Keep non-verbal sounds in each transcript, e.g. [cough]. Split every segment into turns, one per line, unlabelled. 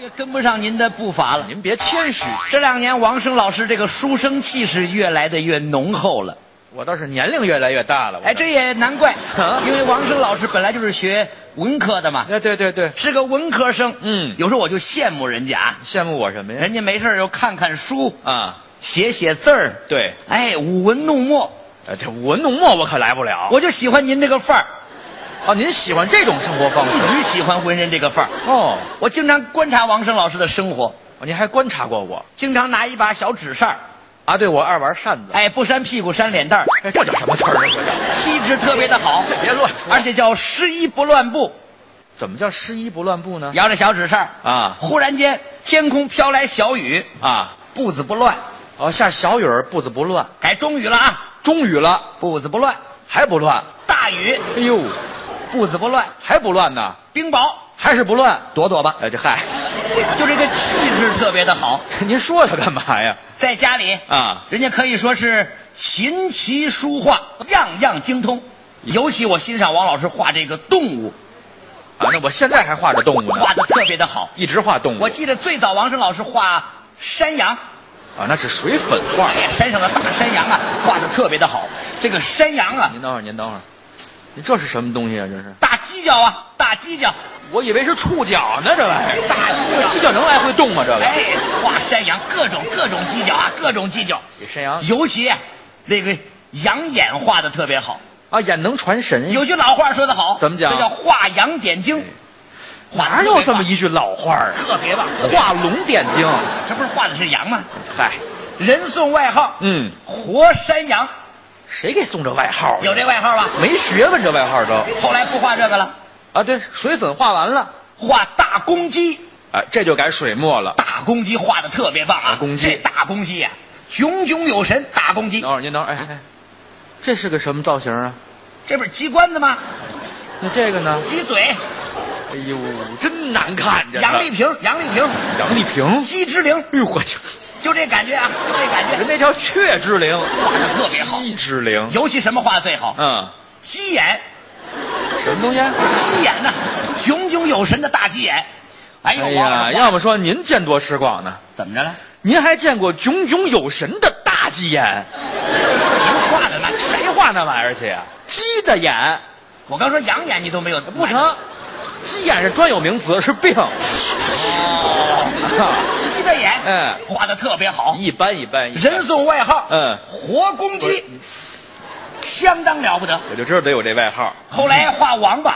越跟不上您的步伐了。
您别谦虚，
这两年王声老师这个书生气是越来的越浓厚了。
我倒是年龄越来越大了。我
哎，这也难怪，因为王声老师本来就是学文科的嘛，
哎对对对，
是个文科生。
嗯
有时候我就羡慕人家啊，
羡慕我什么呀？
人家没事儿就看看书，
啊，
写写字儿，
对，
哎，舞文弄墨。
呃这舞文弄墨我可来不了。
我就喜欢您这个范儿，
哦，您喜欢这种生活方式？
一直喜欢浑身这个范儿。
哦，
我经常观察王声老师的生活，
您还观察过我
经常拿一把小纸扇儿，
啊？对，我爱玩扇子。
哎，不扇屁股扇脸蛋儿，
哎，这叫什么词儿啊？这叫
气质特别的好。
别乱说
而且叫失一不乱步，
怎么叫失衣不乱步呢？
摇着小纸扇儿
啊
忽然间天空飘来小雨，
啊，
步子不乱，
哦，下小雨儿，步子不乱。
改中雨了啊，
中雨了
步子不乱，
还不乱？
大雨
哎呦，
步子不乱，
还不乱呢？
冰雹
还是不乱？
躲躲吧，
哎，这嗨， [laughs]
就这个气质特别的好，
您说他干嘛呀？
在家里
啊，
人家可以说是琴棋书画样样精通，尤其我欣赏王老师画这个动物，
啊，那我现在还画着动物呢，
画的特别的好。
一直画动物。
我记得最早王声老师画山羊，
啊，那是水粉画。
哎呀，山上的大山羊啊，画的特别的好。这个山羊啊，
您等会儿，您等会儿，您这是什么东西啊？这是？
大犄角啊，大犄角，
我以为是触角呢，这玩意儿。
大犄
这
角，
犄角能来回动吗？这个？
哎，画山羊各种各种犄角啊，各种犄角，
给山羊
尤其啊那个羊眼画的特别好。
啊，眼能传神呀。
有句老话说得好，
怎么讲
这叫画羊点睛。
哪有这么一句老话儿啊？
特别棒？
画龙点睛。
这不是画的是羊吗？
嗨，
人送外号，
嗯，
活山羊，
谁给送这外号啊？
有这外号吧？
没学问，这外号都
后来不画这个了，
啊，对，水粉画完了，
画大公鸡。
啊，这就改水墨了。
大公鸡画的特别棒啊！
大公鸡
这大公鸡呀、炯炯有神。大公鸡
等，会儿，您等会儿，哎哎，这是个什么造型啊？
这不是鸡冠子吗？
那这个呢？
鸡嘴，
哎呦，真难看着呢
杨丽萍，杨丽萍，
杨丽萍，
鸡之灵，
哎呦我去，
就这感觉啊，就这感
人
觉，
那叫雀之灵，
画的特别好。
鸡之灵。
尤其什么画最好？
嗯，
鸡眼，
什么东西？啊
鸡眼呐、炯炯有神的大鸡眼。哎呦，
哎
王老
呀，
师
要么说您见多识广呢，
怎么着了？
您还见过炯炯有神的大鸡眼，
您画的呢？
谁画那玩意儿去呀？鸡的眼
我刚说养眼你都没有，
不成，鸡眼是专有名词，是
[laughs]
病。
哦，鸡的眼，
嗯
画的特别好，
一般一般，一般
人送外号，
嗯
活公鸡，相当了不得。
我就知道得有这外号。 [laughs]
后来画王八，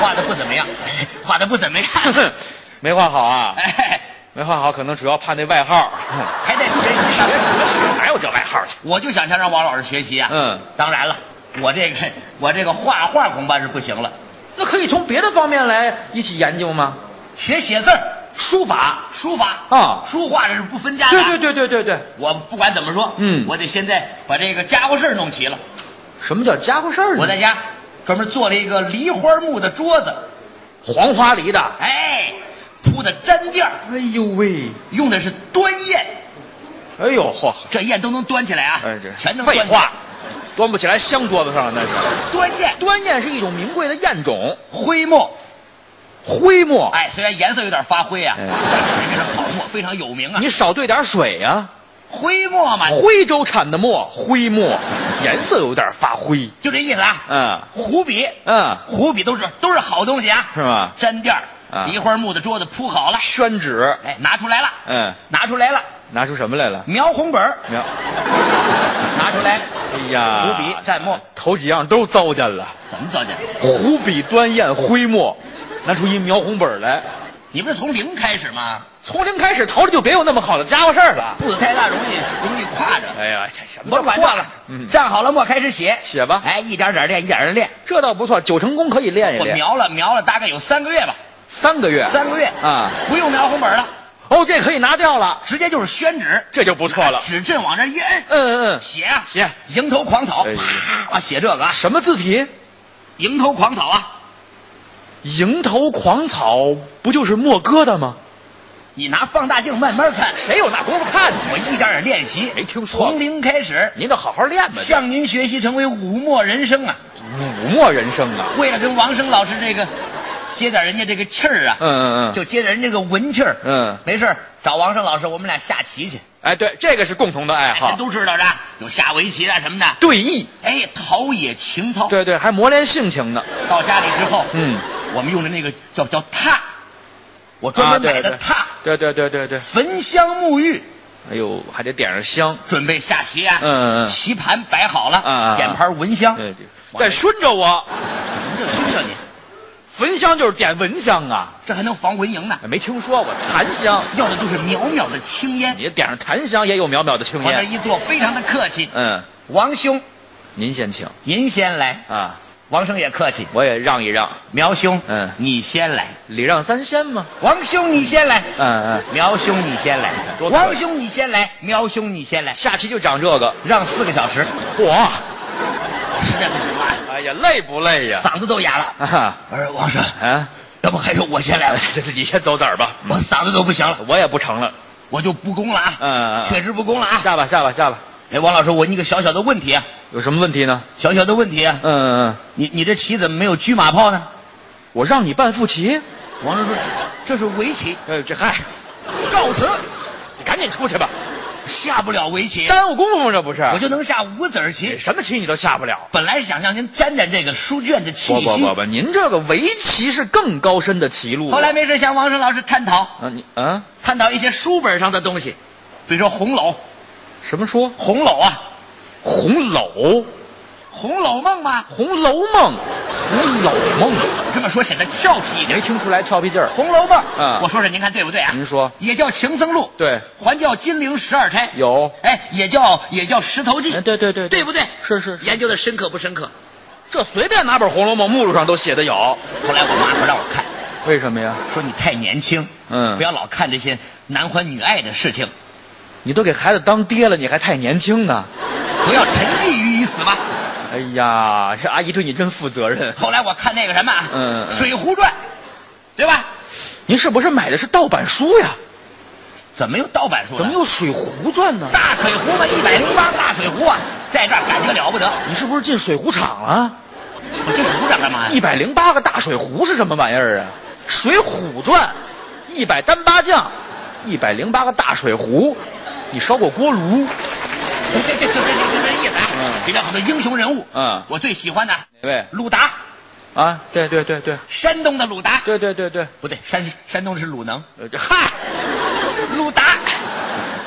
画的不怎么样， [laughs] 画的不怎么样， [laughs]
没画好啊，
哎，
没画好，可能主要怕那外号。 [laughs]
还得学习 [laughs] 上
别。学，哪有这外号去？
我就想向让王老师学习啊。
嗯，
当然了，我这个我这个画画恐怕是不行了，
那可以从别的方面来一起研究吗？
学写字儿、
书法。
书法
啊
书画这是不分家的。
对对。对对对对，
我不管怎么说，
嗯
我得现在把这个家伙事儿弄齐了。
什么叫家伙事儿呢？
我在家专门做了一个梨花木的桌子，
黄花梨的。
哎，铺的毡垫儿，
哎呦喂，
用的是端砚，
哎呦嚯，
这砚都能端起来啊，
哎这
全能端
废
起来
话，端不起来镶桌子上了那是。
端砚、
端砚是一种名贵的砚种，
徽墨，
徽墨。
哎，虽然颜色有点发灰啊，
哎
但是人家是好墨，非常有名啊。
你少兑点水呀、
徽墨嘛，
徽州产的墨，徽墨，颜色有点发灰。
就这意思啊。
嗯
湖笔，
嗯，
湖笔都是都是好东西啊，
是吗？
毡垫
啊
儿、梨花木的桌子铺好了，
宣纸，
哎，拿出来了，
嗯，
拿出来了，
拿出什么来了？
描红本儿
你看，
拿出来，
哎呀，
湖笔、蘸墨，
头几样都糟践了。
怎么糟践？
湖笔、端砚、徽墨，拿出一描红本来，
你不是从零开始吗？
从零开始，头里就别有那么好的家伙事儿了。
步子太大容易容易挎着。
哎呀，这什么
我
叫
管
惯
这
了
了？，
嗯，
站好了墨开始写，
写吧
哎，一点点练，一点点练。
这倒不错，九成功可以练一
我
练。
描了描了，大概有三个月吧，
三个月，
三个月
啊，
不用描红本了，
哦，这可以拿掉了，
直接就是宣纸，
这就不错了。
纸阵往这一摁，
嗯嗯嗯，
写啊
写
蝇头狂草，
哎
啪，啊写这个啊，
什么字体？
蝇头狂草啊，
蝇头狂草不就是墨疙瘩吗？
你拿放大镜慢慢看，
谁有那功夫看去？
我一点点练习，
没听说过
从零开始，
您得好好练吧。这
向您学习成为武墨人生啊！
武墨人生啊，
为了跟王生老师这个接点人家这个气儿啊，
嗯嗯嗯，
就接点人家这个文气儿。
嗯，
没事儿找王胜老师，我们俩下棋去。
哎，对，这个是共同的爱
谁
啊好，
哎都知道的，有下围棋的什么的。
对弈，
哎，陶冶情操。
对对，还磨练性情呢。
到家里之后，
嗯，
我们用的那个叫叫榻，我专门买的榻，
啊对对对对对，
焚香沐浴，
哎呦，还得点上香。
准备下棋啊。
嗯嗯嗯
棋盘摆好了，
嗯嗯嗯
点盘蚊香。
对对，
往
再顺着我，
这熏着你，
焚香就是点蚊香啊，
这还能防蚊蝇呢。
哎没听说过檀香，
要的都是渺渺的青烟。
你点上檀香也有渺渺的青
往这
烟。
一坐，非常的客气。
嗯，
王兄，
您先请
您先来。
啊，
王生也客气。
我也让一让，
苗兄，
嗯
你先来。
礼让三先嘛。
王兄，你先来。
嗯嗯，
苗兄，你先来。
多客气
王兄，你先来。苗兄，你先来。
下棋就讲这个，
让四个小时，
嚯，
实在不行了，
哎呀，累不累呀？
嗓子都哑了。
啊
我说王生，
啊， [laughs]
要不还是我先来吧，
这是你先走子儿吧，
我嗓子都不行了，
我也不成了。
我就不攻了啊。
嗯嗯嗯
确实不攻了啊。
下吧下吧下吧，
哎，王老师，我问你个小小的问题啊，
有什么问题呢？
小小的问题啊，
嗯嗯嗯，
你你这棋怎么没有车马炮呢？
我让你办副棋。
王生说，这是围棋，
呃，这嗨，
告辞，
你赶紧出去吧，
下不了围棋，
耽误功夫这不是？
我就能下五子儿棋。
什么棋你都下不了。
本来想让您沾沾这个书卷的气
不不
息
不，不，您这个围棋是更高深的棋路。
后来没事向王生老师探讨
啊，你啊，
探讨一些书本上的东西，比如说红楼，
什么说《
红楼啊，
红楼》《
《红楼梦》嘛，
红楼梦》《红楼梦》，
这么说显得俏皮一点。
没听出来俏皮劲儿。
《红楼梦》
嗯
我说说您看对不对啊？
您说
也叫《情僧录》，
对，
还叫《金陵十二钗》，
有。
哎，也叫也叫《石头记
哎，》，对对对，
对不对？
是是是，
研究的深刻不深刻？
这随便拿本《红楼梦》目录上都写的有。
后来我妈不让我看，
为什么呀？
说你太年轻，
嗯
不要老看这些男欢女爱的事情，
你都给孩子当爹了，你还太年轻呢。
不要沉寂于一死吧。
哎呀，这阿姨对你真负责任。
后来我看那个什么啊，
嗯嗯嗯
水浒传》，对吧？
您是不是买的是盗版书呀？
怎么又盗版书了？
怎么又《水浒传》呢？
大水壶嘛，一百零八大水壶啊，在这儿感觉了不得。
你是不是进水浒场了？
我这水壶长干嘛呀？
一百零八个大水壶是什么玩意儿啊？《水浒传》，一百单八将，一百零八个大水壶，你烧过锅炉？
这这这这这这这意思啊！里面好多英雄人物，
嗯
我最喜欢的
哪位？
鲁达，
啊，对对对对
山东的鲁达，
对对对对，
不对，山山东是鲁能，
呃这嗨，
鲁达，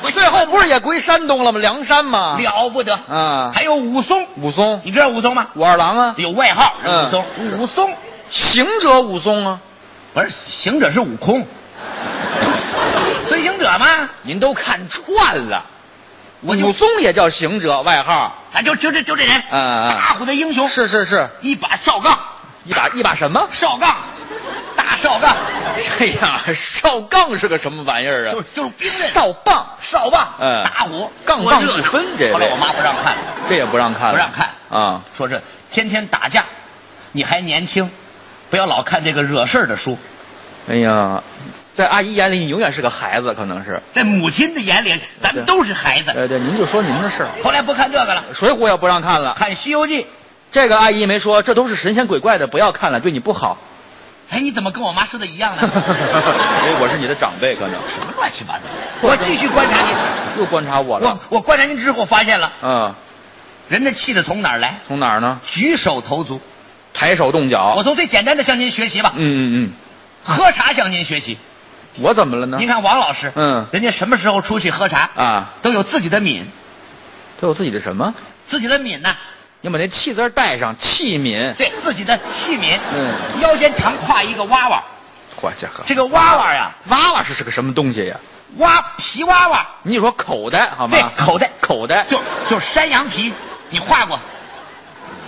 我
最后不是也归山东了吗？梁山吗？
了不得
啊
还有武松，
武松，
你知道武松吗？
武二郎啊，
有外号
嗯
武松，武松
行者武松啊，
不是行者是悟空，孙行者嘛，
您都看串了。
我就
武松也叫行者，外号。
啊就就这就这人，
嗯嗯嗯
大虎的英雄，
是是是，
一把哨杠。
一把一把什么？ [laughs]
哨杠，大哨杠，
哎呀，哨杠是个什么玩意儿啊？
就是就是兵刃，
哨棒。
哨棒，
嗯
打虎，
杠
多
棒
热
不
闹
分这位
后来我妈不让看了，
这也不让看了，
不让看
啊！
说这天天打架，你还年轻，不要老看这个惹事儿的书。
哎呀，在阿姨眼里，你永远是个孩子，可能是。
在母亲的眼里，咱们都是孩子。
呃，对，您就说您的事儿。
后来不看这个了，
水浒也不让看了，
看《西游记》。
这个阿姨没说，这都是神仙鬼怪的，不要看了，对你不 [laughs] 好。
哎，你怎么跟我妈说的一样呢？
[laughs]
哎
因为我是你的长辈，可能
什么乱七八糟！我继续观察您，
又观察我了。
我我观察您之后发现了，
嗯，
人的气质从哪儿来？
从哪儿呢？
举手投足。
抬手动脚
我。从最简单的向您学习吧，
嗯嗯
喝茶向您学习。
嗯，我怎么了呢
您？看王老师，
嗯
人家什么时候出去喝茶，
啊，
都有自己的抿，
都有自己的什么？
自己的抿呐、
你把那气字儿带上，器皿。
对自己的器皿，
嗯，
腰间常挎一个娃娃，
嚯家伙，
这个娃娃呀、
娃娃是是个什么东西呀？
娃皮娃娃，
你说口袋好吗
对？口袋
口袋，
就就是山羊皮，你画过，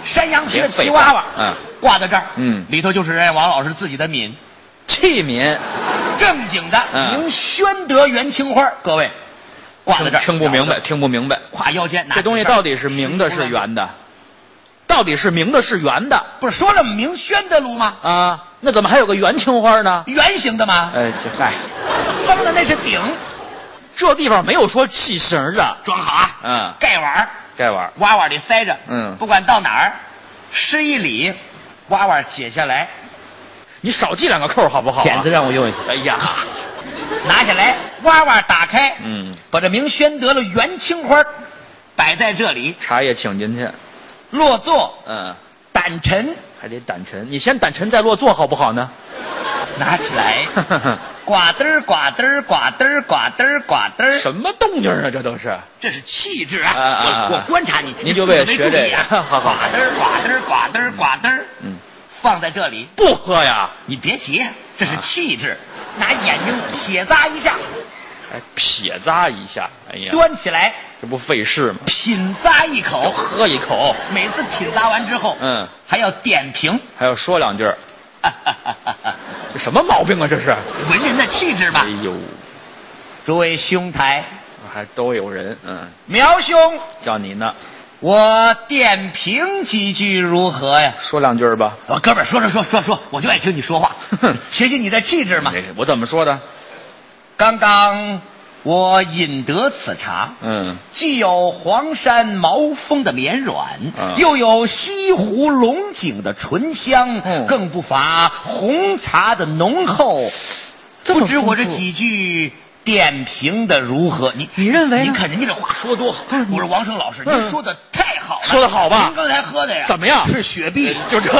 山羊皮的
别废
皮
话
娃娃，
嗯，
挂在这儿，
嗯
里头就是人家王老师自己的抿，
器皿。
正经的
嗯
明宣德元青花，各位，挂在这儿，
听不明白，听不明白，
挎腰间，拿
这东西
出这儿
到底是明的，是？圆的？到底是明的，是圆的
不是说了明宣德炉吗？
啊？那怎么还有个圆青花呢？
圆形的吗？
哎，这嗨，
崩的那是顶，
这地方没有说器型的，
装好啊，
嗯
盖碗儿
这玩意儿
娃娃里塞着，
嗯 [laughs]
不管到哪儿，施一礼，娃娃解下来，
你少系两个扣好不好、啊？
剪子让我用一下。
哎呀，
拿下来，哇哇打开，
嗯，
把这明宣德的元青花摆在这里，
茶叶请进去。
落座
嗯，
胆沉，
还得胆沉，你先胆沉再落座好不好呢？
拿起
哎 [laughs]
来，呱嘚儿呱嘚儿呱嘚儿呱嘚儿呱嘚儿，
什么动静啊？这都是
这是气质
啊啊啊
啊！我我观察你，
您就为了学这个
你自己没注意啊
[laughs] 好好好
呱嘚儿呱嘚儿呱嘚儿呱嘚儿，
嗯，
放在这里，
不喝呀？
你别急，这是气
啊
质，拿眼睛撇咂一
[laughs]
下，
还撇咂一下，哎呀，
端起来
这不费事吗？
品咂一口，
喝一口，
每次品咂完之后，
嗯，
还要点评， [laughs]
还要说两句儿，这什么毛病啊？这是？
文人的气质吧
哎。呦，
诸位兄台，
还都有人，嗯，
苗兄，
叫你呢，
我点评几句如何呀？
说两句儿吧。
我哥们儿说说说说说，我就爱听你说
[laughs]
话，学习你的气质嘛。
哎我怎么说的？
刚刚我饮得此茶，
嗯，
既有黄山毛峰的绵软，
嗯
又有西湖龙井的醇香，
嗯
更不乏红茶的浓厚。
这么
不知我这
丰富
几句点评的如何？你
你认为呢哎嗯
您看人家这话说多好！我说王生老师，您说的太好了，
说得好吧
您刚才喝的呀，
哎怎么样
是雪碧。
就这。